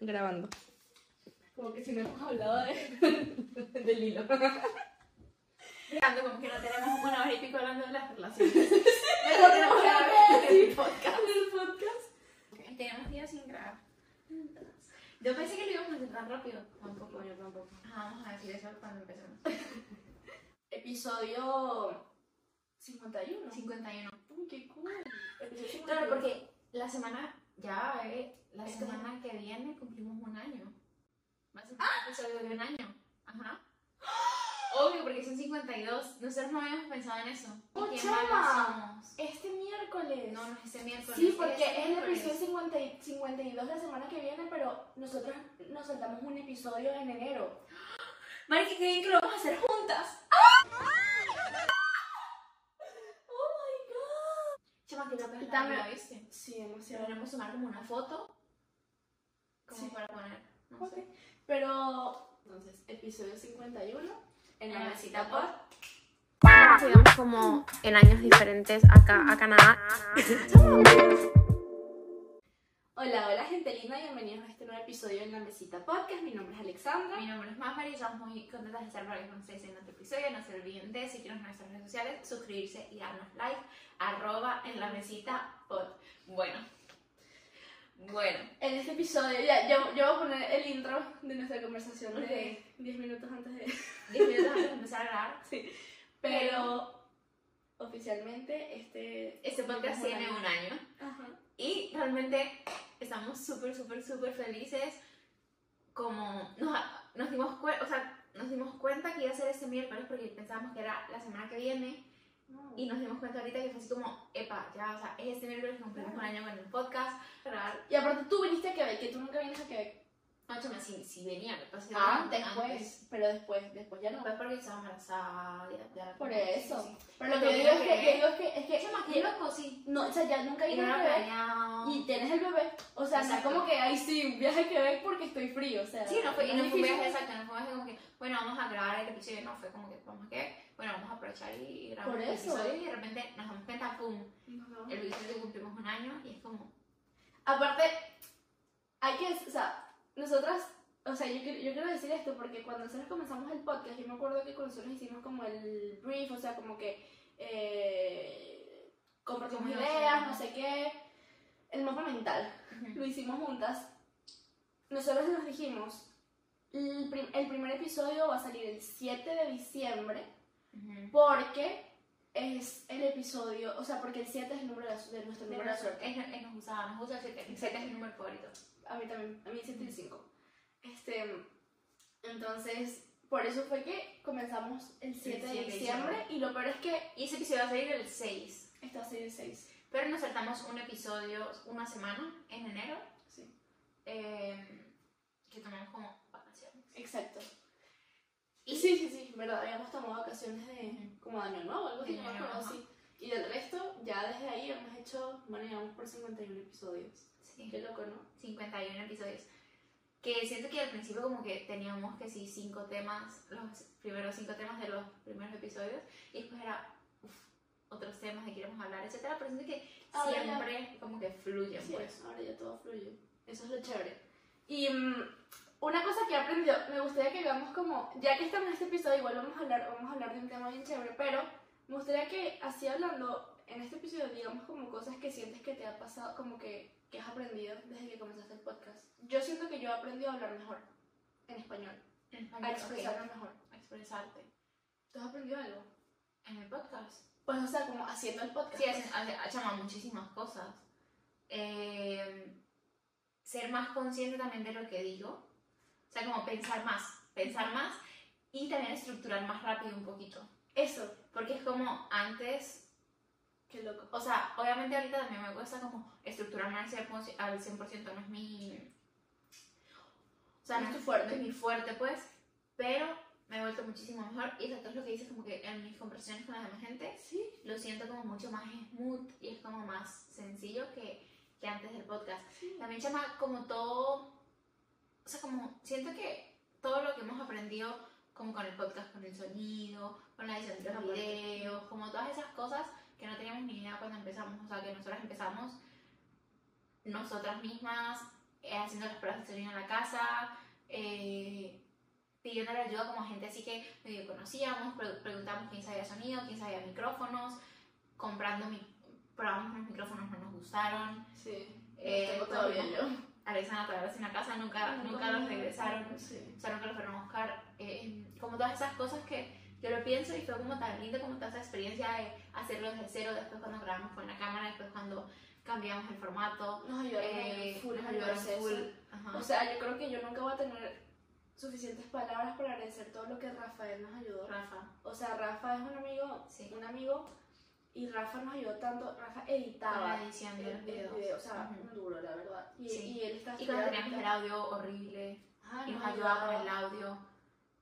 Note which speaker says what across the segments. Speaker 1: Grabando.
Speaker 2: Como que si no hemos hablado de, del hilo.
Speaker 3: Hablando como que no tenemos una hora y pico hablando de las relaciones. Mejor tenemos que hablar del podcast.
Speaker 2: ¿Del podcast?
Speaker 3: Y Tenemos días sin grabar. Yo pensé que lo íbamos a hacer tan rápido.
Speaker 2: Tampoco, yo tampoco.
Speaker 3: Ajá, vamos a decir eso cuando empecemos. Episodio
Speaker 2: 51.
Speaker 3: 51.
Speaker 2: Uy, qué cool.
Speaker 3: Claro, porque la semana, ya, eh, la
Speaker 2: Ajá.
Speaker 3: semana que viene cumplimos un año. Va a ser un episodio de un año. Ajá. Obvio, porque son 52. Nosotros no habíamos pensado en eso.
Speaker 2: ¡Oh,
Speaker 3: ¿Qué
Speaker 2: chama!
Speaker 3: malos somos?
Speaker 2: Este miércoles.
Speaker 3: No, no es este miércoles.
Speaker 2: Sí, porque
Speaker 3: este
Speaker 2: es el
Speaker 3: miércoles.
Speaker 2: episodio 50 y 52 la semana que viene, pero nosotros nos saltamos un episodio en enero.
Speaker 3: Mari, qué bien que lo vamos a hacer juntas. ¡Ah! ¡Oh, Chama, que loca es
Speaker 2: Y
Speaker 3: la
Speaker 2: también-
Speaker 3: vida, ¿viste?
Speaker 2: Sí, demasiado.
Speaker 3: Deberíamos tomar como una foto. Como
Speaker 2: Sí.
Speaker 3: para poner. No
Speaker 2: Ok.
Speaker 3: sé.
Speaker 2: Pero, entonces, episodio 51 en
Speaker 3: Ah,
Speaker 2: la mesita por...
Speaker 1: Llegamos como en años diferentes acá a Canadá.
Speaker 2: Hola, hola gente linda, bienvenidos a este nuevo episodio en la mesita podcast. Mi nombre es Alexandra.
Speaker 3: Mi nombre es Mari y estamos muy contentas de estar por aquí con ustedes en otro episodio. No se olviden de seguirnos en nuestras redes sociales, suscribirse y darnos like, arroba en la mesita pod. Bueno, bueno,
Speaker 2: En este episodio, ya, yo, yo voy a poner el intro de nuestra conversación de
Speaker 3: Ok.
Speaker 2: 10 minutos antes de...
Speaker 3: 10 minutos antes de empezar a grabar.
Speaker 2: Pero, oficialmente, este...
Speaker 3: Este podcast
Speaker 2: Como un
Speaker 3: tiene
Speaker 2: año.
Speaker 3: un año
Speaker 2: Ajá.
Speaker 3: y realmente estamos súper, súper, súper felices. Como nos, nos dimos cuenta, o sea, nos dimos cuenta que iba a ser este miércoles porque pensábamos que era la semana que viene. Y nos dimos cuenta ahorita que fue así como, epa, ya, o sea, es este miércoles que cumplimos un año con el podcast. Grabar.
Speaker 2: Y aparte tú viniste a Quebec, que tú nunca vienes a Quebec.
Speaker 3: No, chama, sí, sí venía, lo que pasa es que
Speaker 2: Antes,
Speaker 3: Ah, antes.
Speaker 2: pues. Pero después, después ya no.
Speaker 3: Después porque estaba embarazada de, de la
Speaker 2: Por
Speaker 3: sí,
Speaker 2: eso.
Speaker 3: sí.
Speaker 2: Pero lo que yo digo es que, yo digo es que, es que,
Speaker 3: Chama, qué loco, sí.
Speaker 2: no, o sea, ya nunca
Speaker 3: Y
Speaker 2: vienes
Speaker 3: no
Speaker 2: a
Speaker 3: era
Speaker 2: Quebec
Speaker 3: planeado.
Speaker 2: y tienes el bebé. O sea, no es
Speaker 3: Exacto.
Speaker 2: como que, ay, sí, un viaje a Quebec porque estoy frío, o sea.
Speaker 3: Sí, no fue, y no fue un
Speaker 2: difícil.
Speaker 3: viaje exacto, no fue un viaje como que, bueno, vamos a grabar el episodio, no, fue como que, vamos a qué, bueno, vamos a aprovechar y, y grabar
Speaker 2: Por
Speaker 3: el
Speaker 2: eso.
Speaker 3: episodio y de repente nos damos cuenta, pum,
Speaker 2: No.
Speaker 3: el episodio cumplimos un año y es como,
Speaker 2: Aparte, hay que, o sea, nosotras, o sea, yo, quiero- yo quiero decir esto porque cuando nosotros comenzamos el podcast, yo me acuerdo que con nosotros hicimos como el brief, o sea, como que eh, compartimos
Speaker 3: Como
Speaker 2: ideas,
Speaker 3: no sé.
Speaker 2: no sé qué, el mapa mental,
Speaker 3: ujú,
Speaker 2: lo hicimos juntas. Nosotros nos dijimos, el, prim- el primer episodio va a salir el 7 de diciembre
Speaker 3: ujú.
Speaker 2: porque es el episodio, o sea, porque el 7 es el número de, la su- de nuestro número de la suerte.
Speaker 3: Es- es- nos gustaba, nos gusta el 7, el 7 es mi número favorito.
Speaker 2: A mí también, a mí 7 y 5. Este, entonces, por eso fue que comenzamos el 7 de
Speaker 3: siete de
Speaker 2: diciembre y lo peor es que
Speaker 3: Y ese episodio va a salir el 6.
Speaker 2: está a ser el 6.
Speaker 3: Pero nos saltamos un episodio una semana en enero
Speaker 2: Sí,
Speaker 3: eh, que tomamos como vacaciones.
Speaker 2: exacto. Y
Speaker 3: Y-
Speaker 2: sí, sí, sí, verdad, habíamos tomado vacaciones de como de año nuevo, algo así,
Speaker 3: De
Speaker 2: no me
Speaker 3: año
Speaker 2: acuerdo,
Speaker 3: nuevo,
Speaker 2: sí. Y del resto, ya desde ahí hemos hecho, bueno, llevamos por 51 episodios.
Speaker 3: Sí.
Speaker 2: Qué loco, ¿no?
Speaker 3: 51 episodios. Que siento que al principio como que teníamos que sí, cinco temas, los primeros cinco temas de los primeros episodios, y después era uf, otros temas que queremos hablar, etcétera, pero siento que
Speaker 2: Ahora ya.
Speaker 3: siempre como que fluyen,
Speaker 2: Sí,
Speaker 3: pues.
Speaker 2: ahora ya todo fluye. Eso es lo chévere. Y mm, una cosa que he aprendido, me gustaría que hagamos como, ya que estamos en este episodio, igual vamos a hablar, vamos a hablar de un tema bien chévere, pero me gustaría que así hablando en este episodio digamos como cosas que sientes que te ha pasado, como que, que has aprendido desde que comenzaste el podcast. Yo siento que yo he aprendido a hablar mejor en español,
Speaker 3: En español,
Speaker 2: a
Speaker 3: ok.
Speaker 2: expresarme mejor.
Speaker 3: A expresarte.
Speaker 2: ¿Tú has aprendido algo?
Speaker 3: En el podcast.
Speaker 2: Pues o sea, como haciendo el podcast.
Speaker 3: Sí, hacen, hace- llaman muchísimas cosas. Eh, ser más consciente también de lo que digo. O sea, como pensar más, pensar más y también estructurar más rápido un poquito.
Speaker 2: Eso,
Speaker 3: Porque es como antes,
Speaker 2: qué loco.
Speaker 3: o sea, obviamente ahorita también me cuesta como estructurarme al 100%, al 100% no es mi... O sea,
Speaker 2: No
Speaker 3: no
Speaker 2: es
Speaker 3: es,
Speaker 2: tu fuerte.
Speaker 3: no es mi fuerte, pues, pero me he vuelto muchísimo mejor y eso es lo que dices como que en mis conversaciones con la demás gente
Speaker 2: Sí,
Speaker 3: lo siento como mucho más smooth y es como más sencillo que, que antes del podcast.
Speaker 2: sí.
Speaker 3: También chama como todo, o sea, como siento que todo lo que hemos aprendido como con el podcast, con el sonido, con la edición de los
Speaker 2: Aparte.
Speaker 3: videos, como todas esas cosas que no teníamos ni idea cuando empezamos, o sea, que nosotras empezamos nosotras mismas eh, haciendo las pruebas de sonido en la casa, eh, pidiendo la ayuda como a gente así que medio conocíamos, pre- preguntamos quién sabía sonido, quién sabía micrófonos, comprando, mi probamos unos micrófonos, no nos gustaron.
Speaker 2: Sí.
Speaker 3: Eh,
Speaker 2: los tengo todavía
Speaker 3: todo-
Speaker 2: yo.
Speaker 3: Alexandra todavía los en la casa, nunca, nunca los regresaron.
Speaker 2: Sí.
Speaker 3: O sea, nunca lo fueron a buscar. eh, como todas esas cosas que yo lo pienso y fue como tan lindo como toda esa experiencia de hacerlo desde cero, después cuando grabamos con la cámara, después cuando cambiamos el formato.
Speaker 2: Nos ayudaron
Speaker 3: eh,
Speaker 2: full,
Speaker 3: nos
Speaker 2: nos
Speaker 3: ayudaron full.
Speaker 2: O
Speaker 3: Ajá.
Speaker 2: sea, yo creo que yo nunca voy a tener suficientes palabras para agradecer todo lo que Rafael nos ayudó.
Speaker 3: Rafa,
Speaker 2: O sea, Rafa es un amigo,
Speaker 3: sí.
Speaker 2: un amigo, y Rafa nos ayudó tanto. Rafa editaba
Speaker 3: Con la edición de
Speaker 2: el,
Speaker 3: los
Speaker 2: el
Speaker 3: videos.
Speaker 2: video, o sea,
Speaker 3: Ujú.
Speaker 2: un duro, la verdad. Y,
Speaker 3: Sí.
Speaker 2: y él está
Speaker 3: Y cuando
Speaker 2: estudiando-
Speaker 3: teníamos el audio horrible,
Speaker 2: Ajá,
Speaker 3: y nos ayudaba con el audio.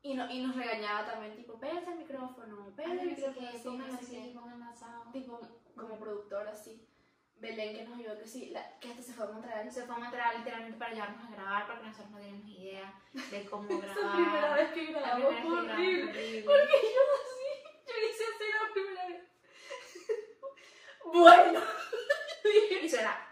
Speaker 2: Y, no- y nos regañaba también, tipo, pégase el micrófono,
Speaker 3: Ay,
Speaker 2: pégase el
Speaker 3: no sé
Speaker 2: micrófono,
Speaker 3: qué,
Speaker 2: sí,
Speaker 3: pónganlo
Speaker 2: no sé qué.
Speaker 3: así, pónganlo asado.
Speaker 2: Tipo, como productora, así. Belén que nos ayudó, que sí, la- que hasta se fue a Montreal.
Speaker 3: Se fue a Montreal literalmente para ayudarnos a grabar porque nosotros no teníamos idea de cómo
Speaker 2: Es
Speaker 3: grabar.
Speaker 2: la primera vez que
Speaker 3: La
Speaker 2: grabamos,
Speaker 3: primera vez
Speaker 2: fue
Speaker 3: que grabamos,
Speaker 2: horrible.
Speaker 3: horrible.
Speaker 2: Porque yo así, yo hice así la primera vez. Bueno,
Speaker 3: Y suena,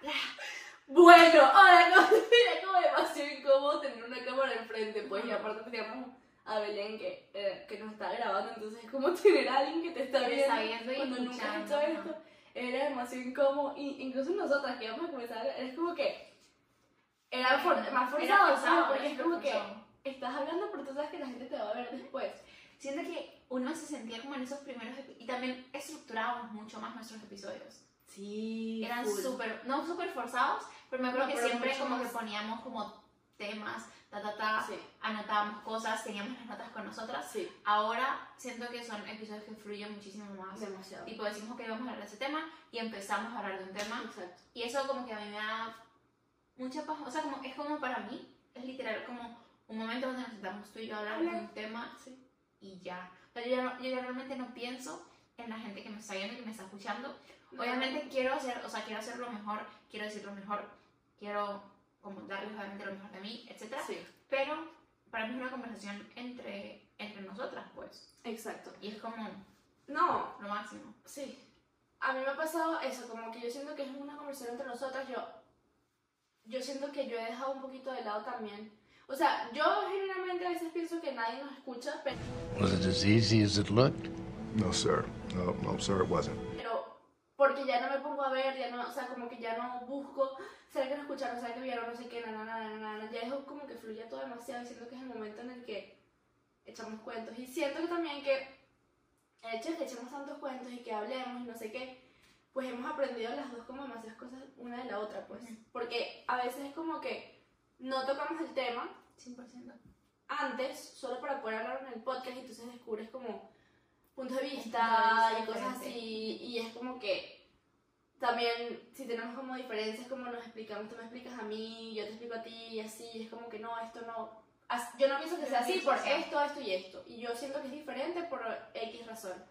Speaker 2: bueno, ahora no, era como demasiado incómodo tener una cámara enfrente, pues, y aparte teníamos a Belén que, eh, que nos estaba grabando, entonces es como tener a alguien que te está
Speaker 3: Te está
Speaker 2: viendo
Speaker 3: viendo y
Speaker 2: cuando nunca has
Speaker 3: escuchando,
Speaker 2: hecho
Speaker 3: ajá.
Speaker 2: esto, era demasiado incómodo, y incluso nosotras que íbamos a comenzar, es como que era for- más forzado,
Speaker 3: Era
Speaker 2: ¿sabes?
Speaker 3: forzado,
Speaker 2: porque
Speaker 3: era
Speaker 2: es como que
Speaker 3: forzado.
Speaker 2: estás hablando, pero tú sabes que la gente te va a ver después.
Speaker 3: Siento que uno se sentía como en esos primeros epi- y también estructurábamos mucho más nuestros episodios.
Speaker 2: Sí,
Speaker 3: Eran súper, no súper forzados, pero me acuerdo
Speaker 2: No,
Speaker 3: que
Speaker 2: pero
Speaker 3: siempre
Speaker 2: mucho
Speaker 3: como
Speaker 2: más.
Speaker 3: que poníamos como temas, ta, ta, ta,
Speaker 2: Sí,
Speaker 3: anotábamos cosas, teníamos las notas con nosotras.
Speaker 2: sí.
Speaker 3: Ahora siento que son episodios que fluyen muchísimo más.
Speaker 2: Demasiado. Ah,
Speaker 3: Tipo, pues decimos que vamos a hablar de ese tema y empezamos a hablar de un tema.
Speaker 2: Exacto.
Speaker 3: Y eso como que a mí me da mucha paz. O sea, como, es como para mí, es literal como un momento donde nos sentamos tú y yo a hablar de
Speaker 2: Hablar.
Speaker 3: un tema
Speaker 2: ah, Sí.
Speaker 3: y ya. O sea, yo, ya no- yo ya realmente no pienso en la gente que me está viendo y que me está escuchando. Obviamente quiero hacer, o sea, quiero hacer lo mejor, quiero decir lo mejor, quiero como darles obviamente lo mejor de mí, etc.
Speaker 2: Sí,
Speaker 3: Pero para mí es una conversación entre, entre nosotras, pues.
Speaker 2: exacto.
Speaker 3: Y es como
Speaker 2: No,
Speaker 3: lo máximo.
Speaker 2: sí. A mí me ha pasado eso, como que yo siento que es una conversación entre nosotras. Yo, yo siento que yo he dejado un poquito de lado también. O sea, yo generalmente a veces pienso que nadie nos escucha, pero,
Speaker 4: Was it as easy as it looked?
Speaker 5: No, sir. No, no, sir, it wasn't.
Speaker 2: pero porque ya no me pongo a ver, ya no, o sea, como que ya no busco, será que nos escucharon, será que vieron, no sé qué, na, na, na, na, na, na. ya dejo como que fluya todo demasiado y siento que es el momento en el que echamos cuentos. Y siento que también que el hecho de que echemos tantos cuentos y que hablemos y no sé qué, pues hemos aprendido las dos como demasiadas cosas una de la otra, pues.
Speaker 3: Ujú.
Speaker 2: Porque a veces es como que no tocamos el tema
Speaker 3: 100%.
Speaker 2: antes solo para poder hablar en el podcast y entonces descubres como puntos de
Speaker 3: Puntos
Speaker 2: vista
Speaker 3: de vista
Speaker 2: y
Speaker 3: diferentes.
Speaker 2: cosas así y es como que también si tenemos como diferencias como nos explicamos, tú me explicas a mí, yo te explico a ti y así, y es como que no, esto no, as- yo no pienso que
Speaker 3: Yo
Speaker 2: sea
Speaker 3: no
Speaker 2: así
Speaker 3: pienso
Speaker 2: por
Speaker 3: que sea.
Speaker 2: esto, esto y esto y yo siento que es diferente por X razón.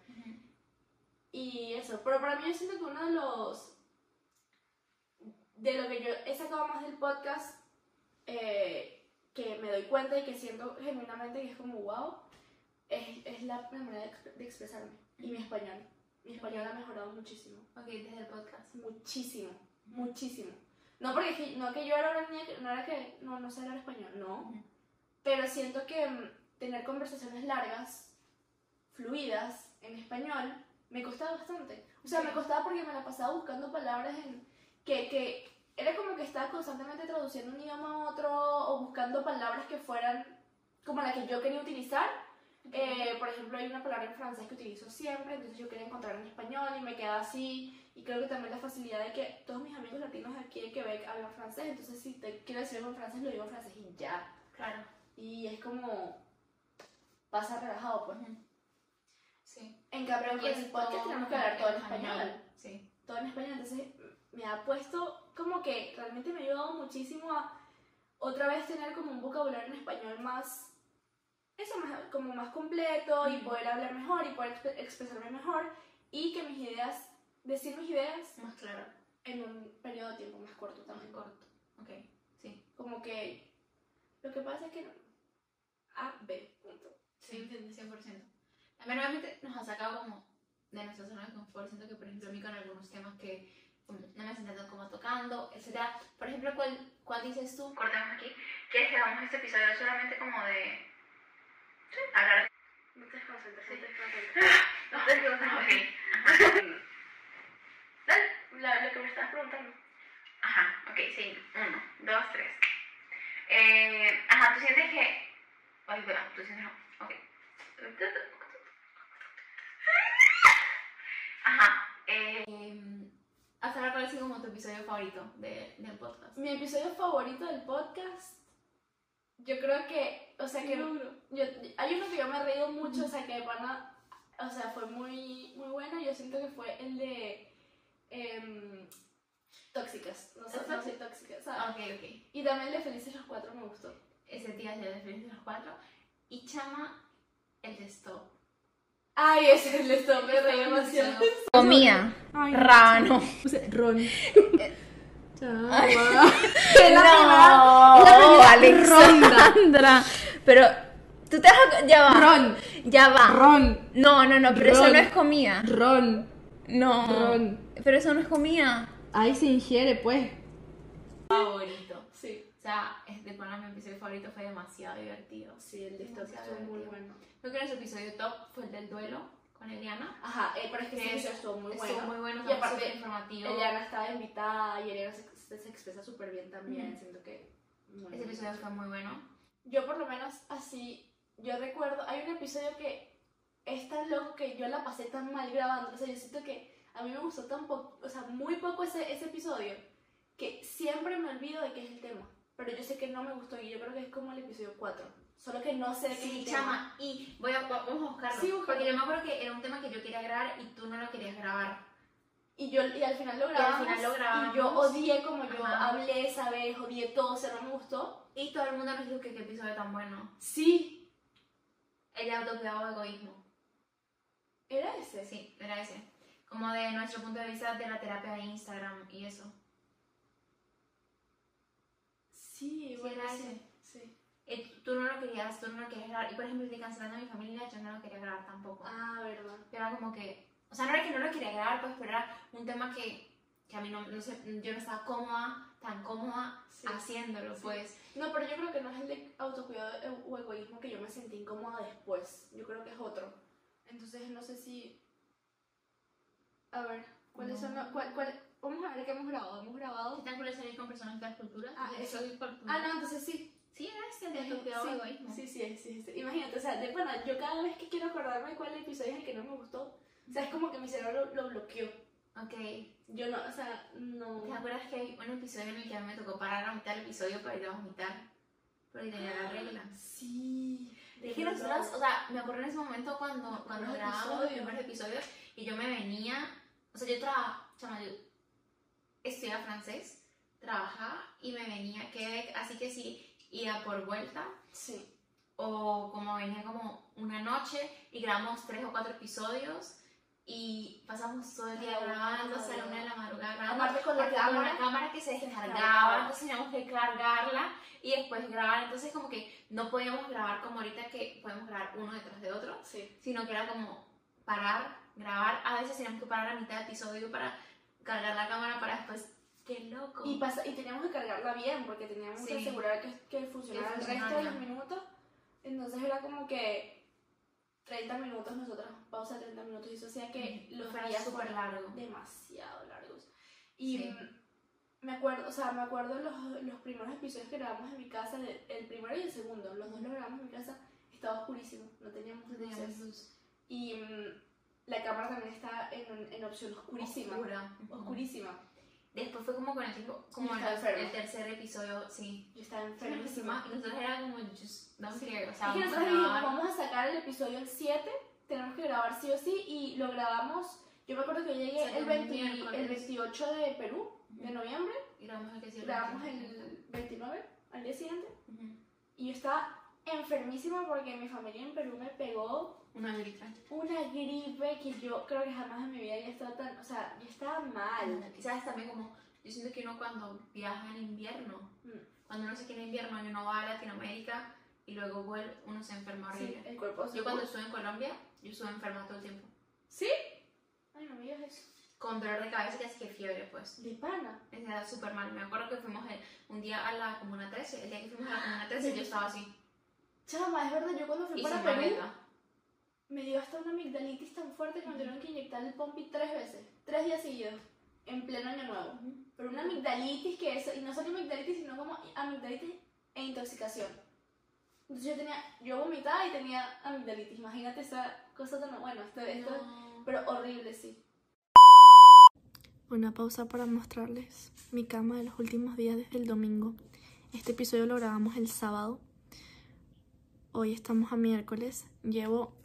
Speaker 2: Y eso, pero para mí yo siento que uno de los... De lo que yo he sacado más del podcast, eh, que me doy cuenta y que siento genuinamente que es como wow, es, es la, la manera de, exp- de expresarme. Y mi español. Mi español ha mejorado muchísimo.
Speaker 3: Ok, desde el podcast.
Speaker 2: Muchísimo. Muchísimo. No porque que- no que yo era una niña, que- no era que no, no sé hablar español, no.
Speaker 3: Ujú.
Speaker 2: Pero siento que mm, tener conversaciones largas, fluidas, en español, me costaba bastante. O sea,
Speaker 3: Sí.
Speaker 2: me costaba porque me la pasaba buscando palabras en, que, que era como que estaba constantemente traduciendo un idioma a otro o buscando palabras que fueran como la que yo quería utilizar. Eh, por ejemplo, hay una palabra en francés que utilizo siempre, entonces yo quería encontrar en español y me quedaba así. Y creo que también la facilidad de que todos mis amigos latinos aquí en Quebec hablan francés, entonces si te quiero decir algo en francés, lo digo en francés y ya.
Speaker 3: Claro.
Speaker 2: Y es como pasa relajado, pues.
Speaker 3: Sí.
Speaker 2: En cambio,
Speaker 3: pues,
Speaker 2: en el podcast tenemos que hablar todo en español.
Speaker 3: Sí.
Speaker 2: todo en español. Entonces me ha puesto como que realmente me ha ayudado muchísimo a otra vez tener como un vocabulario en español más, eso, más, como más completo y
Speaker 3: Ujú.
Speaker 2: poder hablar mejor y poder exp- expresarme mejor y que mis ideas, decir mis ideas
Speaker 3: Más claro.
Speaker 2: en un periodo de tiempo más corto
Speaker 3: Más
Speaker 2: también.
Speaker 3: corto. Ok. Sí.
Speaker 2: Como que lo que pasa es que A, B, punto.
Speaker 3: Sí, entiendo, 100%. También obviamente nos ha sacado como de nuestra zona de confort. Siento que, por ejemplo, a mí con algunos temas que como no me siento tanto como tocando, etcétera. Por ejemplo, ¿cuál, cuál dices tú?
Speaker 6: cortamos aquí. ¿Quieres que hagamos este episodio solamente como de hablar?
Speaker 2: No te desconcentres, no te desconcentres.
Speaker 6: No, ok. Dale,
Speaker 2: La- Lo que me estabas preguntando.
Speaker 6: Ajá, ok, sí. Uno, dos, tres. Eh, ajá, tú sientes que. Ay, bueno, tú sientes. no, Ok. Ajá. Eh,
Speaker 3: Em, hasta ahora, ¿cuál ha sido como tu episodio favorito de- del podcast?
Speaker 2: Mi episodio favorito del podcast, yo creo que, o sea que yo- hay uno que yo me he reído mucho, o sea que de pana, o sea, fue muy, muy bueno, yo siento que fue el de em, tóxicas, no, sé,
Speaker 3: ¿Es
Speaker 2: no soy tóxica, ¿sabes?
Speaker 3: Ok, ok.
Speaker 2: Y también el de Felices los Cuatro me gustó.
Speaker 3: Ese día yo de Felices los Cuatro. Y Chama, el de Stop.
Speaker 2: Ay, ese el stop me reí demasiado.
Speaker 1: Comía. Rano.
Speaker 7: Es la primera, es la
Speaker 2: Oh,
Speaker 7: primera ronda.
Speaker 1: Pero tú te has... Ya va.
Speaker 7: Ron,
Speaker 1: Ya va.
Speaker 7: ron,
Speaker 1: No, no, no, pero eso
Speaker 7: Ron.
Speaker 1: no es comida.
Speaker 7: ron.
Speaker 1: No.
Speaker 7: Ron.
Speaker 1: Pero eso no es comida.
Speaker 7: Ahí se ingiere, pues.
Speaker 3: Favorito.
Speaker 2: Sí,
Speaker 3: O sea, es de pana, mi episodio favorito fue demasiado divertido.
Speaker 2: sí, el de Stop
Speaker 3: Demasiado
Speaker 2: estuvo muy
Speaker 3: divertido.
Speaker 2: bueno.
Speaker 3: Creo que nuestro episodio top fue el del duelo con Eliana.
Speaker 2: Ajá, eh, pero es que
Speaker 3: Que
Speaker 2: ese
Speaker 3: es-
Speaker 2: episodio estuvo muy
Speaker 3: Estuvo
Speaker 2: bueno.
Speaker 3: muy bueno,
Speaker 2: y aparte,
Speaker 3: súper informativo.
Speaker 2: Eliana estaba invitada y Eliana se, se- se expresa súper bien también, siento que... muy
Speaker 3: Ese
Speaker 2: bien.
Speaker 3: episodio fue muy bueno.
Speaker 2: Yo por lo menos así, yo recuerdo, hay un episodio que es tan loco que yo la pasé tan mal grabando, o sea, yo siento que a mí me gustó tan poco, o sea, muy poco ese, ese episodio, que siempre me olvido de qué es el tema, pero yo sé que no me gustó y yo creo que es como el episodio 4, solo que no sé de qué
Speaker 3: Sí,
Speaker 2: es el tema.
Speaker 3: Chama, y voy a, vamos a buscarlo.
Speaker 2: Sí, búscalo.
Speaker 3: Porque yo me acuerdo que era un tema que yo quería grabar y tú no lo querías grabar.
Speaker 2: Y, yo, y al final lo
Speaker 3: Y al
Speaker 2: grabamos,
Speaker 3: final lo grabamos.
Speaker 2: y yo odié como yo
Speaker 3: Ajá.
Speaker 2: hablé esa vez, odié todo, o sea, no me gustó.
Speaker 3: Y todo el mundo nos dijo que qué episodio tan bueno.
Speaker 2: Sí,
Speaker 3: El de autocuidado o egoísmo.
Speaker 2: era ese.
Speaker 3: Sí, era ese. Como de nuestro punto de vista de la terapia de Instagram y eso.
Speaker 2: Sí, bueno,
Speaker 3: era
Speaker 2: sí.
Speaker 3: ese.
Speaker 2: sí.
Speaker 3: Eh, tú no lo querías, tú no lo querías grabar. Y por ejemplo, el de cancelando a mi familia, yo no lo quería grabar tampoco.
Speaker 2: Ah, verdad.
Speaker 3: Era como que, o sea, no era que no lo quería grabar, pues, pero era un tema que, que a mí no, no sé, yo no estaba cómoda, tan cómoda
Speaker 2: Sí.
Speaker 3: haciéndolo, pues.
Speaker 2: No, pero yo creo que no es el de autocuidado e- o egoísmo que yo me sentí incómoda después. Yo creo que es otro. Entonces no sé si. A ver, ¿cuáles son los- cuál, cuál- Vamos a ver qué hemos grabado. Hemos
Speaker 3: ¿Qué
Speaker 2: grabado.
Speaker 3: tan cool es salir con personas de otras culturas?
Speaker 2: Ah,
Speaker 3: Yo
Speaker 2: eso.
Speaker 3: soy cultura.
Speaker 2: Ah, no, entonces sí.
Speaker 3: Sí, era este, el de
Speaker 2: Sí,
Speaker 3: autocuidado o egoísmo.
Speaker 2: sí, sí, es, sí, es. Imagínate, o sea, de pana, yo cada vez que quiero acordarme cuál episodio es el que no me gustó, o sea, es como que mi cerebro lo, lo bloqueó.
Speaker 3: Ok.
Speaker 2: Yo no, o sea, no.
Speaker 3: ¿Te acuerdas que hay un episodio en el que a mí me tocó parar a mitad del episodio para ir a vomitar? Porque tenía la regla.
Speaker 2: Sí.
Speaker 3: Es que nosotras, o sea, me acuerdo en ese momento cuando, cuando
Speaker 2: Los
Speaker 3: grabamos los
Speaker 2: episodios.
Speaker 3: primeros episodios y yo me venía, o sea, yo trabajaba, chama, yo estudiaba francés, trabajaba y me venía a Quebec, así que sí, iba por vuelta
Speaker 2: Sí.
Speaker 3: o como venía como una noche y grabamos tres o cuatro episodios y pasamos todo el día
Speaker 2: Ah,
Speaker 3: grabando hasta la
Speaker 2: bueno.
Speaker 3: una de la madrugada grabando
Speaker 2: Aparte con la
Speaker 3: porque había una
Speaker 2: cámara.
Speaker 3: cámara que se
Speaker 2: descargaba.
Speaker 3: descargaba, entonces teníamos que cargarla y después grabar, entonces como que no podíamos grabar como ahorita que podemos grabar uno detrás de otro,
Speaker 2: Sí.
Speaker 3: sino que era como parar, grabar, a veces teníamos que parar a mitad de episodio para cargar la cámara para después, qué loco.
Speaker 2: Y, pasa, y teníamos que cargarla bien porque teníamos que
Speaker 3: Sí.
Speaker 2: asegurar que, que funcionara
Speaker 3: Que
Speaker 2: el resto de los
Speaker 3: funcionara.
Speaker 2: minutos. Entonces era como que 30 minutos, nosotras pausa 30 minutos. Y eso hacía que los
Speaker 3: Fuera
Speaker 2: días
Speaker 3: Mm, súper
Speaker 2: fueran
Speaker 3: largo.
Speaker 2: demasiado largos. Y
Speaker 3: Sí.
Speaker 2: mm, me acuerdo, o sea, me acuerdo los, los primeros episodios que grabamos en mi casa, el, el primero y el segundo, los dos los grabamos en mi casa, estaba oscurísimo, no teníamos
Speaker 3: No
Speaker 2: luces.
Speaker 3: teníamos luz.
Speaker 2: Y mm, la cámara también está en, en opción oscurísima.
Speaker 3: Oscura.
Speaker 2: Oscurísima.
Speaker 3: Después fue como con el tiempo,
Speaker 2: Yo
Speaker 3: como en
Speaker 2: estaba
Speaker 3: el,
Speaker 2: enferma.
Speaker 3: el tercer episodio, sí.
Speaker 2: Yo estaba enfermísima.
Speaker 3: Encima, y nosotros era como, just don't
Speaker 2: Sí.
Speaker 3: care, o
Speaker 2: Es
Speaker 3: sea, vamos
Speaker 2: que
Speaker 3: a
Speaker 2: nosotros dijimos,
Speaker 3: grabar.
Speaker 2: vamos a sacar el episodio el 7, tenemos que grabar sí o sí, y lo grabamos. Yo me acuerdo que yo llegué
Speaker 3: Salió
Speaker 2: el,
Speaker 3: un
Speaker 2: 20
Speaker 3: miércoles.
Speaker 2: el 28 de Perú, de
Speaker 3: Ujú.
Speaker 2: noviembre,
Speaker 3: Y grabamos el que sí,
Speaker 2: grabamos
Speaker 3: que sí.
Speaker 2: el 29, al día siguiente,
Speaker 3: Ujú.
Speaker 2: y yo estaba enfermísima porque mi familia en Perú me pegó
Speaker 3: Una grita.
Speaker 2: una gripe que yo creo que jamás en mi vida había estado tan, o sea, yo estaba mal.
Speaker 3: Y sabes también como, yo siento que uno cuando viaja en invierno,
Speaker 2: Mm.
Speaker 3: cuando uno se queda en invierno y uno va a Latinoamérica y luego vuelve, uno se enferma
Speaker 2: Sí,
Speaker 3: horrible.
Speaker 2: el cuerpo se-
Speaker 3: Yo cuando estuve en Colombia, yo estuve enferma todo el tiempo.
Speaker 2: ¿Sí? Ay, no me digas eso.
Speaker 3: con dolor de cabeza y así que fiebre, pues.
Speaker 2: De pana.
Speaker 3: Me sentía súper mal. Me acuerdo que fuimos el- un día a la Comuna 13. El día que fuimos a la Comuna 13 yo estaba así.
Speaker 2: Chama, es verdad, yo cuando fui
Speaker 3: Y
Speaker 2: para
Speaker 3: sin
Speaker 2: Perú
Speaker 3: maleta.
Speaker 2: me dio hasta una amigdalitis tan fuerte que me tuvieron que inyectar el pompi tres veces, tres días seguidos, en pleno año nuevo. Pero una amigdalitis que eso, y no solo amigdalitis, sino como amigdalitis e intoxicación. Entonces yo tenía, yo vomitaba y tenía amigdalitis. Imagínate esa cosa tan bueno, esto, esto pero horrible, sí.
Speaker 8: Una pausa para mostrarles mi cama de los últimos días desde el domingo. Este episodio lo grabamos el sábado. Hoy estamos a miércoles. Llevo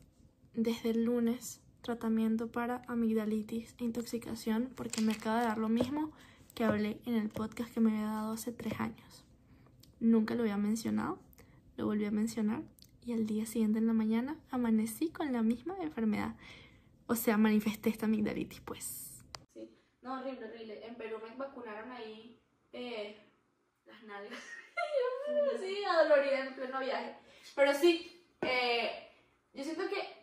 Speaker 8: desde el lunes tratamiento para amigdalitis e intoxicación porque me acaba de dar lo mismo que hablé en el podcast que me había dado hace tres años. Nunca lo había mencionado, lo volví a mencionar y al día siguiente en la mañana amanecí con la misma enfermedad. O sea, manifesté esta amigdalitis pues.
Speaker 2: No, horrible, horrible. En Perú me vacunaron ahí eh, las nalgas. sí, adolorida en pleno viaje. Pero sí, eh, yo siento que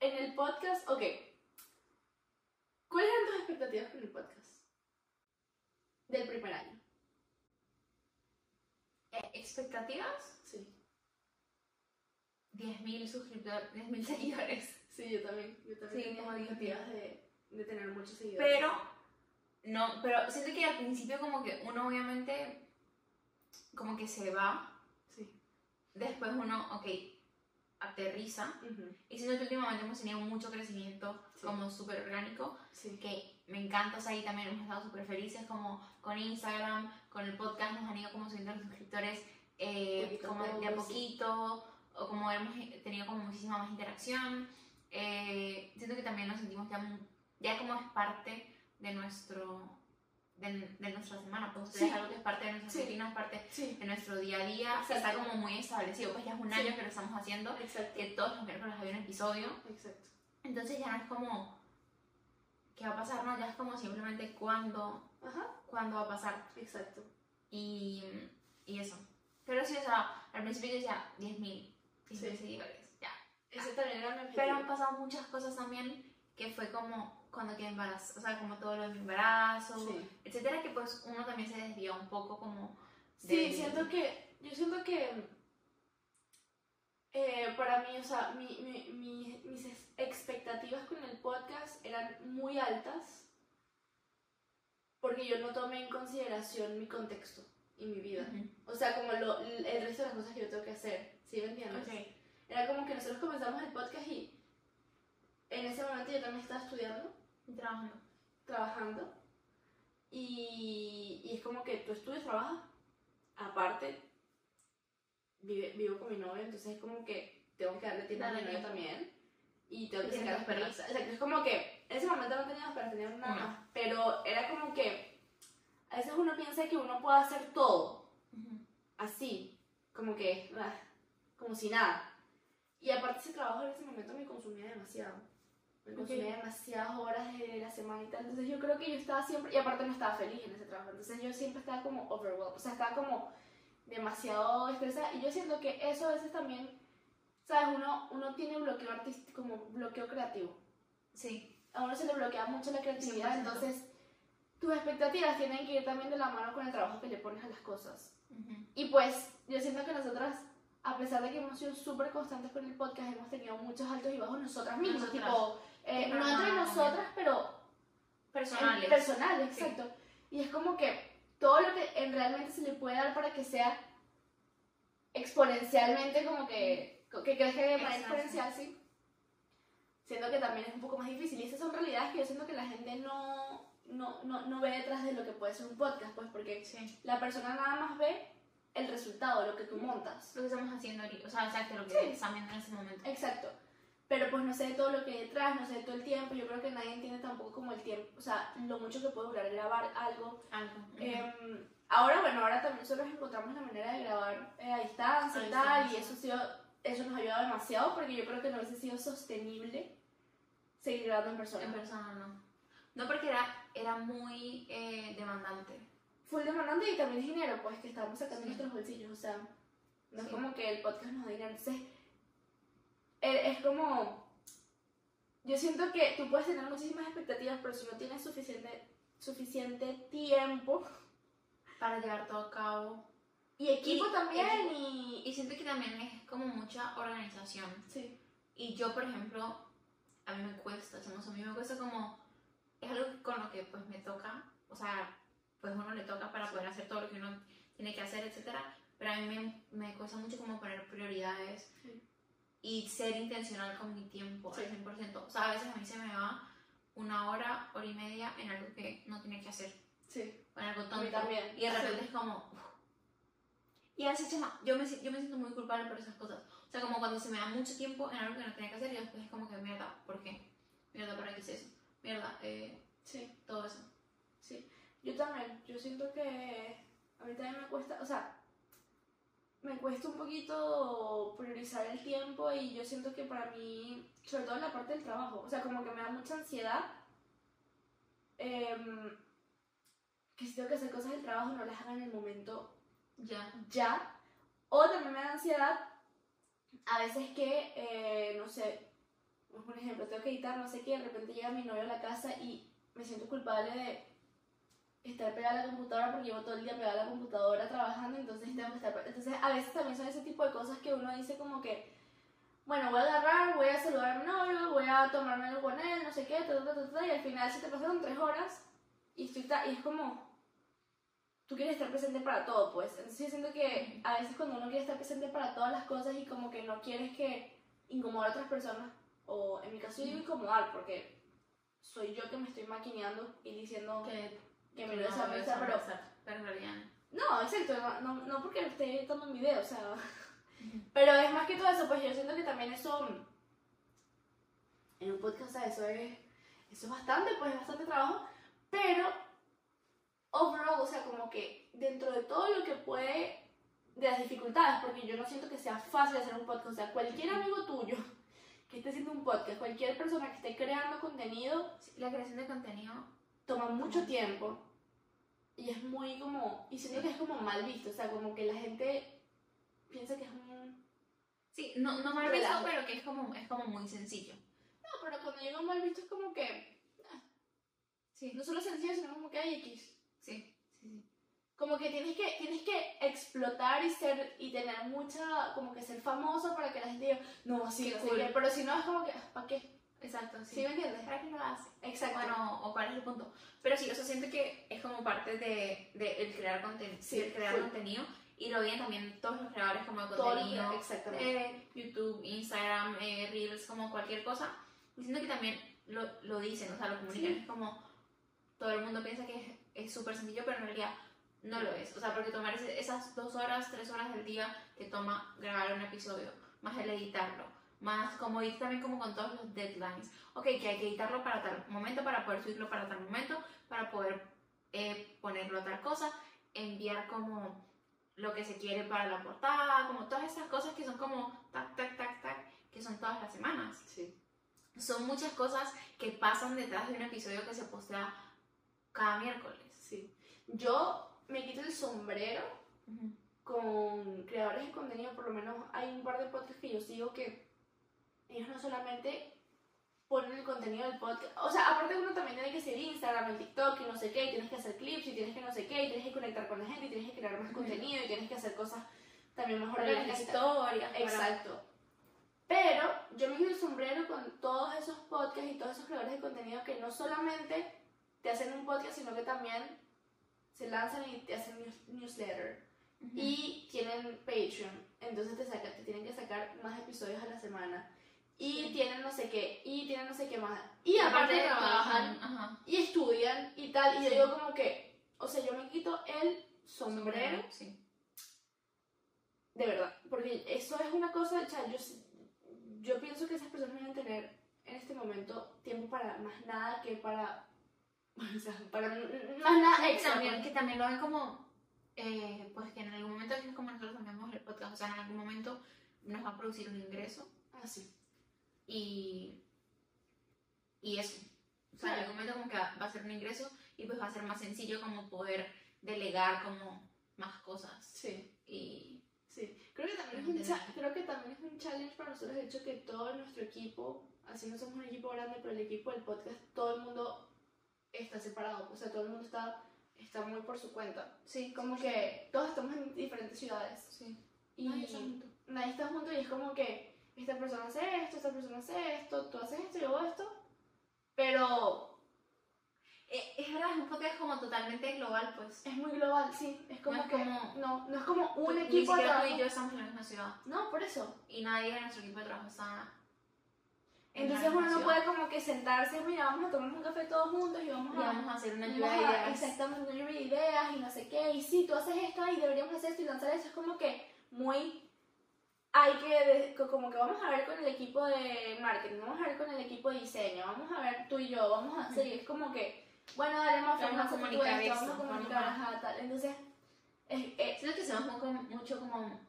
Speaker 2: en el podcast, ok. ¿Cuáles eran tus expectativas con el podcast? Del primer año.
Speaker 3: Eh, ¿Expectativas?
Speaker 2: Sí,
Speaker 3: 10.000 suscriptores, 10.000 seguidores.
Speaker 2: sí, yo también. Yo también
Speaker 3: Sí,
Speaker 2: tenía
Speaker 3: como
Speaker 2: expectativas de, de tener muchos seguidores.
Speaker 3: Pero, no, pero siento que al principio como que uno obviamente como que se va,
Speaker 2: Sí.
Speaker 3: después uno, ok, aterriza.
Speaker 2: Ujú,
Speaker 3: Y siento que últimamente hemos tenido mucho crecimiento
Speaker 2: Sí.
Speaker 3: como súper orgánico,
Speaker 2: sí.
Speaker 3: que me encanta, o sea, ahí también hemos estado súper felices como con Instagram, con el podcast, nos han ido como subiendo los suscriptores eh,
Speaker 2: Poquito a
Speaker 3: como de a
Speaker 2: poco, sí.
Speaker 3: poquito, o como hemos tenido como muchísima más interacción. Eh, siento que también nos sentimos ya, mu- ya como es parte de nuestro de, de nuestra semana, pues
Speaker 2: Sí.
Speaker 3: es algo que es parte de nuestra
Speaker 2: Sí.
Speaker 3: rutina, es parte
Speaker 2: Sí,
Speaker 3: de nuestro día a día,
Speaker 2: Exacto.
Speaker 3: está como muy establecido, pues ya es un
Speaker 2: Sí.
Speaker 3: año que lo estamos haciendo,
Speaker 2: exacto.
Speaker 3: que todos los miércoles había un episodio,
Speaker 2: Exacto.
Speaker 3: entonces ya no es como qué va a pasar, no, ya es como simplemente cuándo,
Speaker 2: Ajá,
Speaker 3: cuándo va a pasar
Speaker 2: exacto.
Speaker 3: y, y eso. Pero sí, o sea, al principio yo decía 10.000, 10.000
Speaker 2: Sí.
Speaker 3: seguidores, ya.
Speaker 2: Ese también era mi objetivo.
Speaker 3: Pero han pasado muchas cosas también que fue como cuando quedé embarazada, o sea, como todo lo de mi embarazo,
Speaker 2: Sí.
Speaker 3: etcétera, que pues uno también se desvía un poco como
Speaker 2: Sí,
Speaker 3: de-
Speaker 2: siento que. Yo siento que. eh, para mí, o sea, mi- mi- mi- mis ex- expectativas con el podcast eran muy altas. Porque yo no tomé en consideración mi contexto y mi vida.
Speaker 3: Ujú.
Speaker 2: O sea, como lo, el resto de las cosas que yo tengo que hacer. ¿Sí me entiendes? Era como que nosotros comenzamos el podcast y. En ese momento yo también estaba estudiando
Speaker 3: Y Trabajando.
Speaker 2: trabajando y, y es como que tú estudias, trabajas, aparte vive- vivo con mi novio, entonces es como que tengo que darle tiempo a mi
Speaker 3: Darle
Speaker 2: novio
Speaker 3: tiempo.
Speaker 2: también y tengo
Speaker 3: Y
Speaker 2: que sacar
Speaker 3: tienes
Speaker 2: las
Speaker 3: perras.
Speaker 2: perras. Exacto, es como que en ese momento no teníamos perras, teníamos nada
Speaker 3: Una.
Speaker 2: más, pero era como que a veces uno piensa que uno puede hacer todo,
Speaker 3: Ujú.
Speaker 2: así, como que, ah, como si nada. Y aparte ese trabajo en ese momento me consumía demasiado. Me consumía demasiadas horas de la semana y tal. Entonces yo creo que yo estaba siempre, y aparte no estaba feliz en ese trabajo. Entonces yo siempre estaba como overwhelmed, o sea, estaba como demasiado estresada. Y yo siento que eso a veces también, ¿sabes? Uno, uno tiene bloqueo artístico, como bloqueo creativo
Speaker 3: Sí,
Speaker 2: a uno se le bloquea mucho la creatividad,
Speaker 3: 100%.
Speaker 2: entonces tus expectativas tienen que ir también de la mano con el trabajo que le pones a las cosas.
Speaker 3: Ujú.
Speaker 2: Y pues yo siento que nosotras, a pesar de que hemos sido súper constantes con el podcast, hemos tenido muchos altos y bajos nosotras mismas,
Speaker 3: Nosotras.
Speaker 2: tipo, eh,
Speaker 3: Pero
Speaker 2: no entre
Speaker 3: no-
Speaker 2: nosotras, pero
Speaker 3: personales.
Speaker 2: en personal,
Speaker 3: Sí.
Speaker 2: exacto. Y es como que todo lo que en realmente se le puede dar para que sea exponencialmente como que, que crezca de manera
Speaker 3: Exacto.
Speaker 2: exponencial, sí. Siento que también es un poco más difícil. Y esas son realidades que yo siento que la gente no, no, no, no ve detrás de lo que puede ser un podcast, pues porque
Speaker 3: Sí.
Speaker 2: la persona nada más ve el resultado, lo que tú montas.
Speaker 3: Lo que estamos haciendo ahorita, o sea, exacto, lo que
Speaker 2: Sí.
Speaker 3: están viendo en ese momento.
Speaker 2: Exacto. Pero pues no sé todo lo que hay detrás, no sé todo el tiempo. Yo creo que nadie entiende tampoco como el tiempo, o sea, lo mucho que puede durar grabar algo.
Speaker 3: Algo. Ujú.
Speaker 2: Em, ahora, bueno, ahora también nosotros encontramos la manera de grabar eh, a distancia
Speaker 3: A
Speaker 2: y tal, y
Speaker 3: distancia.
Speaker 2: eso, ha sido, eso nos ha ayudado demasiado porque yo creo que no hubiese sido sostenible seguir grabando en persona.
Speaker 3: En persona no. No porque era, era muy eh, demandante.
Speaker 2: Full demandante y también es dinero, pues que estamos sacando
Speaker 3: Sí.
Speaker 2: nuestros bolsillos, o sea, no es
Speaker 3: Sí.
Speaker 2: como que el podcast nos da dinero, entonces eh, es como yo siento que tú puedes tener muchísimas expectativas, pero si no tienes suficiente, suficiente tiempo
Speaker 3: para llevar todo a cabo.
Speaker 2: y equipo también.
Speaker 3: Y, y siento que también es como mucha organización.
Speaker 2: Sí,
Speaker 3: Y yo, por ejemplo, a mí me cuesta, o sea, no sé, a mí me cuesta como, es algo con lo que pues me toca, o sea, pues uno le toca para poder hacer todo lo que uno tiene que hacer, etcétera, pero a mí me, me cuesta mucho como poner prioridades
Speaker 2: Sí.
Speaker 3: y ser intencional con mi tiempo
Speaker 2: Sí.
Speaker 3: al 100%, o sea, a veces a mí se me va una hora, hora y media en algo que no tiene que hacer,
Speaker 2: sí.
Speaker 3: o en algo
Speaker 2: A mí
Speaker 3: tonto,
Speaker 2: también.
Speaker 3: y de repente es como. uf. Y así, chama, yo me, si- yo me siento muy culpable por esas cosas. O sea, como cuando se me da mucho tiempo en algo que no tenía que hacer y después es como que mierda, ¿por qué? Mierda, ¿para qué hice eso? Mierda, eh,
Speaker 2: Sí.
Speaker 3: todo eso.
Speaker 2: Yo también, yo siento que a mí también me cuesta, o sea, me cuesta un poquito priorizar el tiempo y yo siento que para mí, sobre todo en la parte del trabajo, o sea, como que me da mucha ansiedad em, que si tengo que hacer cosas del trabajo no las haga en el momento
Speaker 3: Ya.
Speaker 2: ya. O también me da ansiedad a veces que, eh, no sé, pues, por ejemplo, tengo que editar, no sé qué, de repente llega mi novio a la casa y me siento culpable de estar pegada a la computadora porque llevo todo el día pegada a la computadora trabajando, entonces tengo que estar... pe- Entonces a veces también son ese tipo de cosas que uno dice como que, bueno, voy a agarrar, voy a saludar a mi novio, voy a tomarme algo con él, no sé qué, ta, ta, ta, ta, ta, y al final se te pasaron tres horas y, estoy ta- y es como, tú quieres estar presente para todo, pues. Entonces yo siento que a veces cuando uno quiere estar presente para todas las cosas y como que no quieres que incomodar a otras personas, o en mi caso yo digo incomodar, porque soy yo que me estoy maquineando y diciendo
Speaker 3: Que,
Speaker 2: que me lo desaparezca, pero...
Speaker 3: Pero en realidad.
Speaker 2: No, exacto, no, no, no porque esté editando un video, o sea... Pero es más que todo eso, pues yo siento que también eso... En un podcast, o sea, eso es... Eso es bastante, pues es bastante trabajo, pero... Overall, o sea, como que dentro de todo lo que puede... De las dificultades, porque yo no siento que sea fácil hacer un podcast, o sea, cualquier amigo tuyo que esté haciendo un podcast, cualquier persona que esté creando contenido,
Speaker 3: Sí, La creación de contenido.
Speaker 2: toma mucho tiempo y es muy como y siento que es como mal visto o sea como que la gente piensa que es un
Speaker 3: Sí, no, no mal visto,
Speaker 2: Relajo.
Speaker 3: pero que es como, es como muy sencillo.
Speaker 2: no pero cuando digo mal visto es como que
Speaker 3: Sí.
Speaker 2: no solo sencillo sino como que hay x
Speaker 3: Sí. Sí, sí.
Speaker 2: como que tienes que tienes que explotar y ser y tener mucha como que ser famoso para que la gente diga no sí
Speaker 3: Qué
Speaker 2: no sé
Speaker 3: cool.
Speaker 2: qué", pero si no es como que ¿para qué? ¿sí,
Speaker 3: Exacto, sí.
Speaker 2: me entiendes?
Speaker 3: ¿Para qué lo hace?
Speaker 2: exacto
Speaker 3: Bueno, o cuál es el punto. Pero sí, o sea, siento que es como parte de, de el crear, conten-
Speaker 2: Sí,
Speaker 3: el crear
Speaker 2: full.
Speaker 3: contenido. Y lo veían también todos los creadores como de
Speaker 2: todo lo
Speaker 3: contenido.
Speaker 2: que- exactamente
Speaker 3: eh, YouTube, Instagram, eh, Reels, como cualquier cosa. Y siento que también lo, lo dicen, o sea, lo comunican.
Speaker 2: Sí.
Speaker 3: Es como todo el mundo piensa que es- es súper sencillo, pero en realidad no lo es. O sea, porque tomar ese- esas dos horas, tres horas del día que toma grabar un episodio, más el editarlo, más como dice también como con todos los deadlines. Ok, que hay que editarlo para tal momento, para poder subirlo para tal momento, para poder eh, ponerlo a tal cosa, enviar como lo que se quiere para la portada, como todas esas cosas que son como tac, tac, tac, tac, que son todas las semanas. Son muchas cosas que pasan detrás de un episodio que se postea cada miércoles.
Speaker 2: sí yo me quito el sombrero con creadores de contenido, por lo menos hay un par de podcasts que yo sigo que ellos no solamente ponen el contenido del podcast, o sea, aparte uno también tiene que seguir Instagram, el TikTok y no sé qué, y tienes que hacer clips y tienes que no sé qué, y tienes que conectar con la gente y tienes que crear más contenido y tienes que hacer cosas también mejor
Speaker 3: Para las historias, para-
Speaker 2: Exacto. Pero yo me quito el sombrero con todos esos podcasts y todos esos creadores de contenido que no solamente te hacen un podcast, sino que también se lanzan y te hacen news- newsletter
Speaker 3: Y
Speaker 2: y tienen Patreon, entonces te, saca- te tienen que sacar más episodios a la semana. Y tienen no sé qué, y tienen no sé qué más. Y aparte trabajan,
Speaker 3: ajá.
Speaker 2: y estudian y tal. Y yo
Speaker 3: Sí.
Speaker 2: digo como que, o sea, yo me quito el sombrero,
Speaker 3: Sí.
Speaker 2: de verdad. Porque eso es una cosa, o sea, yo, s- yo pienso que esas personas no deben tener en este momento tiempo para más nada que para... O sea, para n- n- más nada
Speaker 3: Que
Speaker 2: extra.
Speaker 3: también, que también lo ven como, eh, pues que en algún momento, que es como nosotros cambiamos el podcast, o sea, en algún momento nos va a producir un ingreso
Speaker 2: Ah, sí.
Speaker 3: y, y eso. O sea, en algún momento como que va a ser un ingreso y pues va a ser más sencillo como poder delegar como más cosas.
Speaker 2: Sí.
Speaker 3: Y
Speaker 2: Sí, creo que también es un, cha- creo que también es un challenge para nosotros de hecho que todo nuestro equipo, así no somos un equipo grande, pero el equipo del podcast, todo el mundo está separado, o sea, todo el mundo está, está muy por su cuenta.
Speaker 3: Sí,
Speaker 2: Como que todos estamos en diferentes ciudades.
Speaker 3: Sí.
Speaker 2: Y
Speaker 3: Nadie está junto.
Speaker 2: nadie está junto y es como que esta persona hace esto, esta persona hace esto, tú haces esto, yo hago esto, pero
Speaker 3: Eh, es verdad, es un podcast como totalmente global, pues.
Speaker 2: es muy global, sí, es como
Speaker 3: No es
Speaker 2: que
Speaker 3: como-
Speaker 2: no, no es como un
Speaker 3: Ni
Speaker 2: equipo
Speaker 3: siquiera
Speaker 2: de
Speaker 3: tú
Speaker 2: trabajo.
Speaker 3: y yo estamos en la misma ciudad.
Speaker 2: No, por eso.
Speaker 3: Y nadie de nuestro equipo de trabajo está. en la
Speaker 2: Entonces uno
Speaker 3: misma
Speaker 2: no
Speaker 3: ciudad.
Speaker 2: puede como que sentarse, mira, vamos a tomar un café todos juntos y vamos
Speaker 3: Y
Speaker 2: a...
Speaker 3: vamos a hacer una
Speaker 2: vamos
Speaker 3: lluvia de
Speaker 2: a-
Speaker 3: ideas.
Speaker 2: Exactamente, una lluvia de ideas y no sé qué, y sí, tú haces esto y deberíamos hacer esto y lanzar eso, es como que muy... Hay que, de- co- como que vamos a ver con el equipo de marketing, vamos a ver con el equipo de diseño, vamos a ver tú y yo, vamos a hacer, y es como que, bueno, dale, más pues,
Speaker 3: Vamos a comunicar
Speaker 2: vamos a
Speaker 3: eso,
Speaker 2: comunicar,
Speaker 3: vamos
Speaker 2: ajá, tal, entonces, es, es-
Speaker 3: Siento que somos mucho, mucho como.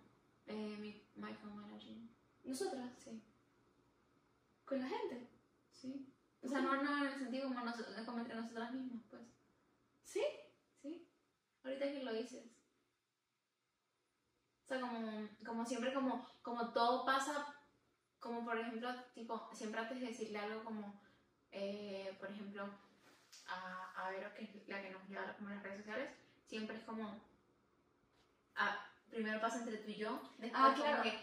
Speaker 3: Eh, mi- micromanaging.
Speaker 2: nosotras,
Speaker 3: Sí.
Speaker 2: con la gente,
Speaker 3: Sí. O sea, no, no en el sentido como, nos, como entre nosotras mismas, pues.
Speaker 2: ¿sí?
Speaker 3: Sí. Ahorita que lo dices. O sea, como, como siempre, como, como todo pasa, como por ejemplo, tipo, siempre antes de decirle algo como, eh, por ejemplo, a, a Vero, que es la que nos lleva como las redes sociales, siempre es como, ah, primero pasa entre tú y yo, después
Speaker 2: Ah,
Speaker 3: como
Speaker 2: claro.
Speaker 3: que...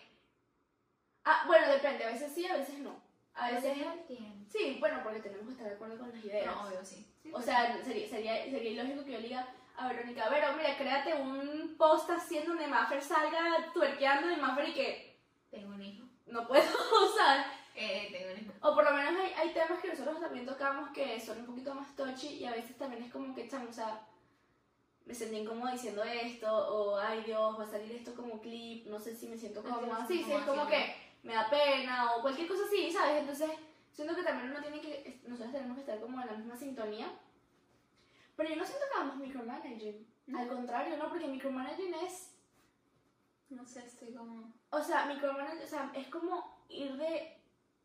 Speaker 2: Ah, bueno, depende, a veces sí, a veces no, a veces
Speaker 3: no entiendo.
Speaker 2: Sí, bueno, porque tenemos que estar de acuerdo con las ideas.
Speaker 3: No, obvio, sí.
Speaker 2: O sea, sería, sería, sería ilógico que yo le diga a Verónica, Vero, mira, créate un post haciendo donde Maffer salga tuerqueando de Maffer y que
Speaker 3: Tengo un hijo.
Speaker 2: no puedo usar.
Speaker 3: Eh, tengo un hijo.
Speaker 2: O por lo menos hay, hay temas que nosotros también tocamos que son un poquito más touchy y a veces también es como que echamos, o sea, me sentí incómoda diciendo esto, o ay Dios, va a salir esto como clip, no sé si me siento
Speaker 3: No sé
Speaker 2: cómoda.
Speaker 3: si
Speaker 2: Sí, sí, es como
Speaker 3: haciendo.
Speaker 2: que me da pena o cualquier cosa así, ¿sabes? Entonces, siento que también uno tiene que, es- nosotros tenemos que estar como en la misma sintonía. Pero yo no siento que hagamos micromanaging. Al contrario, no, porque micromanaging es,
Speaker 3: No sé, estoy como...
Speaker 2: o sea, micromanaging, o sea, es como ir de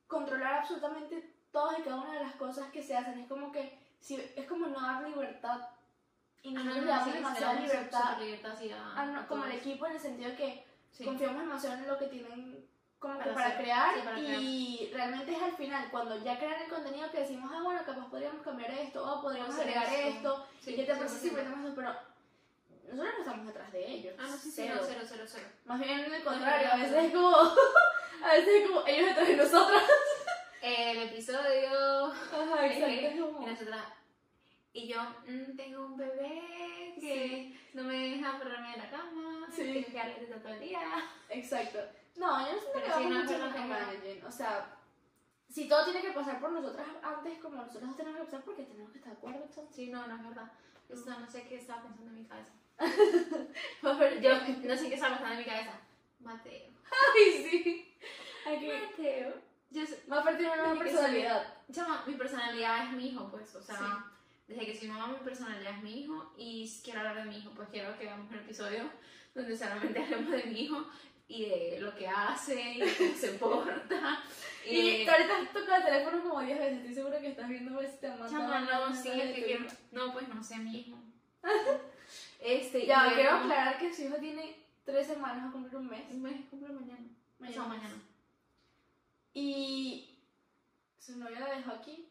Speaker 2: controlar absolutamente todas y cada una de las cosas que se hacen. Es como que, si, es como no dar libertad. Y
Speaker 3: Ah,
Speaker 2: nosotros le damos
Speaker 3: sí,
Speaker 2: demasiada
Speaker 3: tenemos
Speaker 2: libertad.
Speaker 3: súper libertad así a-
Speaker 2: Ah, no,
Speaker 3: a
Speaker 2: como el
Speaker 3: todos.
Speaker 2: equipo en el sentido de que
Speaker 3: Sí.
Speaker 2: confiamos demasiado en lo que tienen como que
Speaker 3: Para
Speaker 2: para
Speaker 3: hacer,
Speaker 2: crear
Speaker 3: sí, para
Speaker 2: y realmente es al final cuando ya crean el contenido que decimos ah bueno capaz podríamos cambiar esto o podríamos
Speaker 3: Hacer
Speaker 2: agregar
Speaker 3: esto.
Speaker 2: esto
Speaker 3: Sí,
Speaker 2: y qué te parece si
Speaker 3: 100%.
Speaker 2: ponemos esto pero nosotros no estamos detrás de ellos
Speaker 3: Ah, no, sí, sí,
Speaker 2: cero.
Speaker 3: no, cero, cero, cero.
Speaker 2: más bien al
Speaker 3: No,
Speaker 2: contrario
Speaker 3: no,
Speaker 2: a
Speaker 3: no,
Speaker 2: veces
Speaker 3: no.
Speaker 2: es como a veces es como ellos detrás de nosotros
Speaker 3: El episodio.
Speaker 2: Ajá, exacto, es como-
Speaker 3: Y nosotras. Y yo mm, tengo un bebé que no me deja pararme de la cama.
Speaker 2: Sí.
Speaker 3: Tengo que darle teta todo el día.
Speaker 2: Exacto. No, yo no siento
Speaker 3: Pero
Speaker 2: que
Speaker 3: sí,
Speaker 2: vamos
Speaker 3: no,
Speaker 2: mucho
Speaker 3: pero
Speaker 2: con
Speaker 3: no.
Speaker 2: el managing. O sea, si todo tiene que pasar por nosotras antes, como nosotras dos tenemos que pasar porque tenemos que estar de acuerdo, entonces.
Speaker 3: Sí, no, no es verdad. Eso no sé qué estaba pensando en mi cabeza.
Speaker 2: Pero
Speaker 3: Yo no sé qué estaba pensando en mi cabeza. Mateo.
Speaker 2: Ay, sí. Aquí.
Speaker 3: Mateo. Yo, s-
Speaker 2: Va a partir una nueva
Speaker 3: Tiene que
Speaker 2: personalidad.
Speaker 3: Chama, mi personalidad es mi hijo, pues, o sea, desde que soy mamá mi personalidad es mi hijo y quiero hablar de mi hijo, pues quiero que hagamos un episodio donde solamente hablemos de mi hijo y de lo que hace y de cómo se porta. Eh,
Speaker 2: Y,
Speaker 3: y
Speaker 2: tú ahorita has tocado el teléfono como 10 veces, estoy segura que estás viendo si te han mandado
Speaker 3: chama, no,
Speaker 2: mensajes
Speaker 3: sí,
Speaker 2: de
Speaker 3: es que
Speaker 2: tu-
Speaker 3: quiero, no, pues no sé, mi hijo. Este,
Speaker 2: Ya,
Speaker 3: y
Speaker 2: quiero
Speaker 3: como-
Speaker 2: aclarar que su hijo tiene 3 semanas, va a cumplir un mes.
Speaker 3: Un mes cumple mañana. O sea, mañana.
Speaker 2: Y su novia la dejó aquí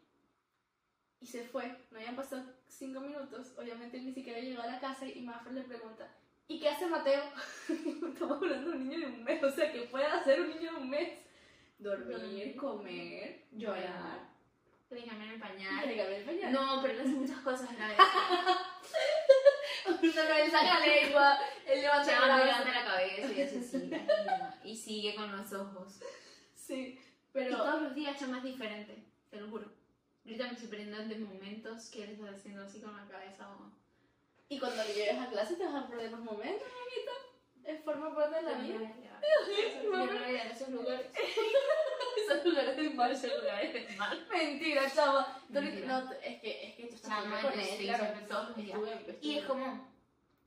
Speaker 2: y se fue. No habían pasado cinco minutos. Obviamente él ni siquiera llegó a la casa y Mafra le pregunta, ¿y qué hace Mateo? Estamos hablando de un niño de un mes. O sea, ¿qué puede hacer un niño de un mes? Dormir,
Speaker 3: Dormir,
Speaker 2: comer, llorar,
Speaker 3: Que le cambiaron el pañal.
Speaker 2: regar el pañal.
Speaker 3: No, pero le hace muchas cosas a la vez.
Speaker 2: él saca lengua, él levanta
Speaker 3: Ya
Speaker 2: el
Speaker 3: me
Speaker 2: brazo.
Speaker 3: levanta la cabeza y hace así. mira, Y sigue con los ojos.
Speaker 2: Sí,
Speaker 3: Y
Speaker 2: pero...
Speaker 3: todos los días chama es diferente, te lo juro. Ahorita me estoy perdiendo de momentos que él está haciendo así con la cabeza o...
Speaker 2: Y cuando llegues a clase te vas a perder los momentos, amiguita. Es forma parte de la vida.
Speaker 3: Yo no voy a ir a esos lugares. esos lugares de mal, esos lugares de mal.
Speaker 2: Mentira, chava. Tú ahorita-
Speaker 3: Mentira.
Speaker 2: No, t- es que, es que tú estás
Speaker 3: Chama,
Speaker 2: siempre
Speaker 3: yo estoy siempre todos los días.
Speaker 2: Estuve- estuve-
Speaker 3: Y es como,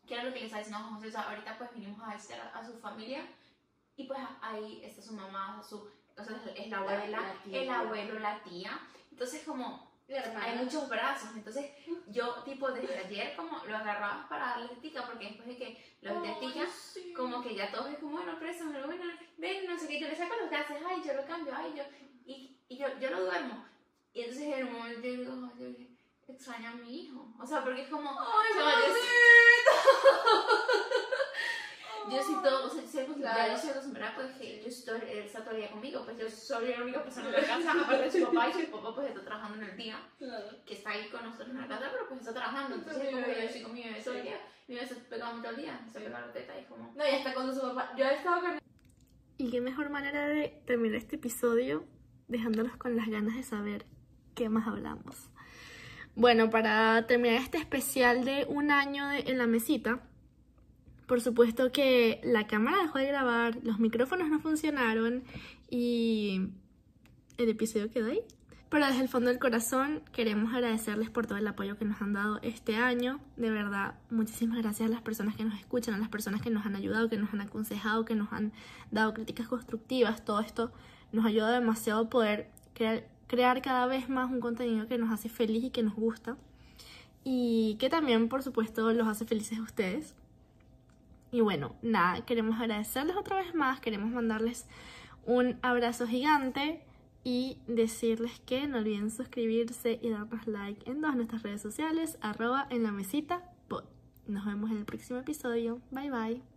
Speaker 3: que era lo que les estaba diciendo a José, o sea, ahorita pues vinimos a visitar a, a su familia y pues ahí está su mamá, su, o sea, es la abuela,
Speaker 2: la tía.
Speaker 3: el abuelo, la tía. Entonces como,
Speaker 2: la hermana.
Speaker 3: hay muchos brazos, entonces yo tipo desde ayer como lo agarraba para darle tica porque después de que lo
Speaker 2: Ay,
Speaker 3: metí tica,
Speaker 2: sí.
Speaker 3: como que ya todos es como, bueno, preso, pero bueno, ven, no sé qué, yo le saco los gases, ay, yo lo cambio, ay, yo, y, y yo, yo lo duermo. Y entonces en un momento yo digo, "Ay, yo extraño a mi hijo. O sea, porque es como,
Speaker 2: ¡Ay,
Speaker 3: chaval, yo, yo soy todo, o sea, yo soy acostumbrada,
Speaker 2: Claro.
Speaker 3: yo soy acostumbrada porque pues, yo estoy, él está todo el día conmigo, pues yo soy la única persona que alcanza, aparte de su papá, y su papá pues está trabajando en el día
Speaker 2: Claro.
Speaker 3: que está ahí con nosotros en la casa, pero pues está trabajando. Entonces,
Speaker 2: Sí,
Speaker 3: como que
Speaker 2: sí.
Speaker 3: yo estoy con mi bebé todo el día, mi bebé se pegaba todo el día, se pegaba la teta y es como.
Speaker 2: No, y hasta cuando su papá. Yo he estado con
Speaker 8: Y qué mejor manera de terminar este episodio dejándolos con las ganas de saber qué más hablamos. Bueno, para terminar este especial de un año de- en la mesita, por supuesto que la cámara dejó de grabar, los micrófonos no funcionaron y el episodio quedó ahí. Pero desde el fondo del corazón queremos agradecerles por todo el apoyo que nos han dado este año. De verdad, muchísimas gracias a las personas que nos escuchan, a las personas que nos han ayudado, que nos han aconsejado, que nos han dado críticas constructivas. Todo esto nos ayuda demasiado a poder crear, crear cada vez más un contenido que nos hace feliz y que nos gusta. Y que también, por supuesto, los hace felices a ustedes. Y bueno, nada, queremos agradecerles otra vez más, queremos mandarles un abrazo gigante y decirles que no olviden suscribirse y darnos like en todas nuestras redes sociales, arroba en la mesita pod. Nos vemos en el próximo episodio. Bye bye.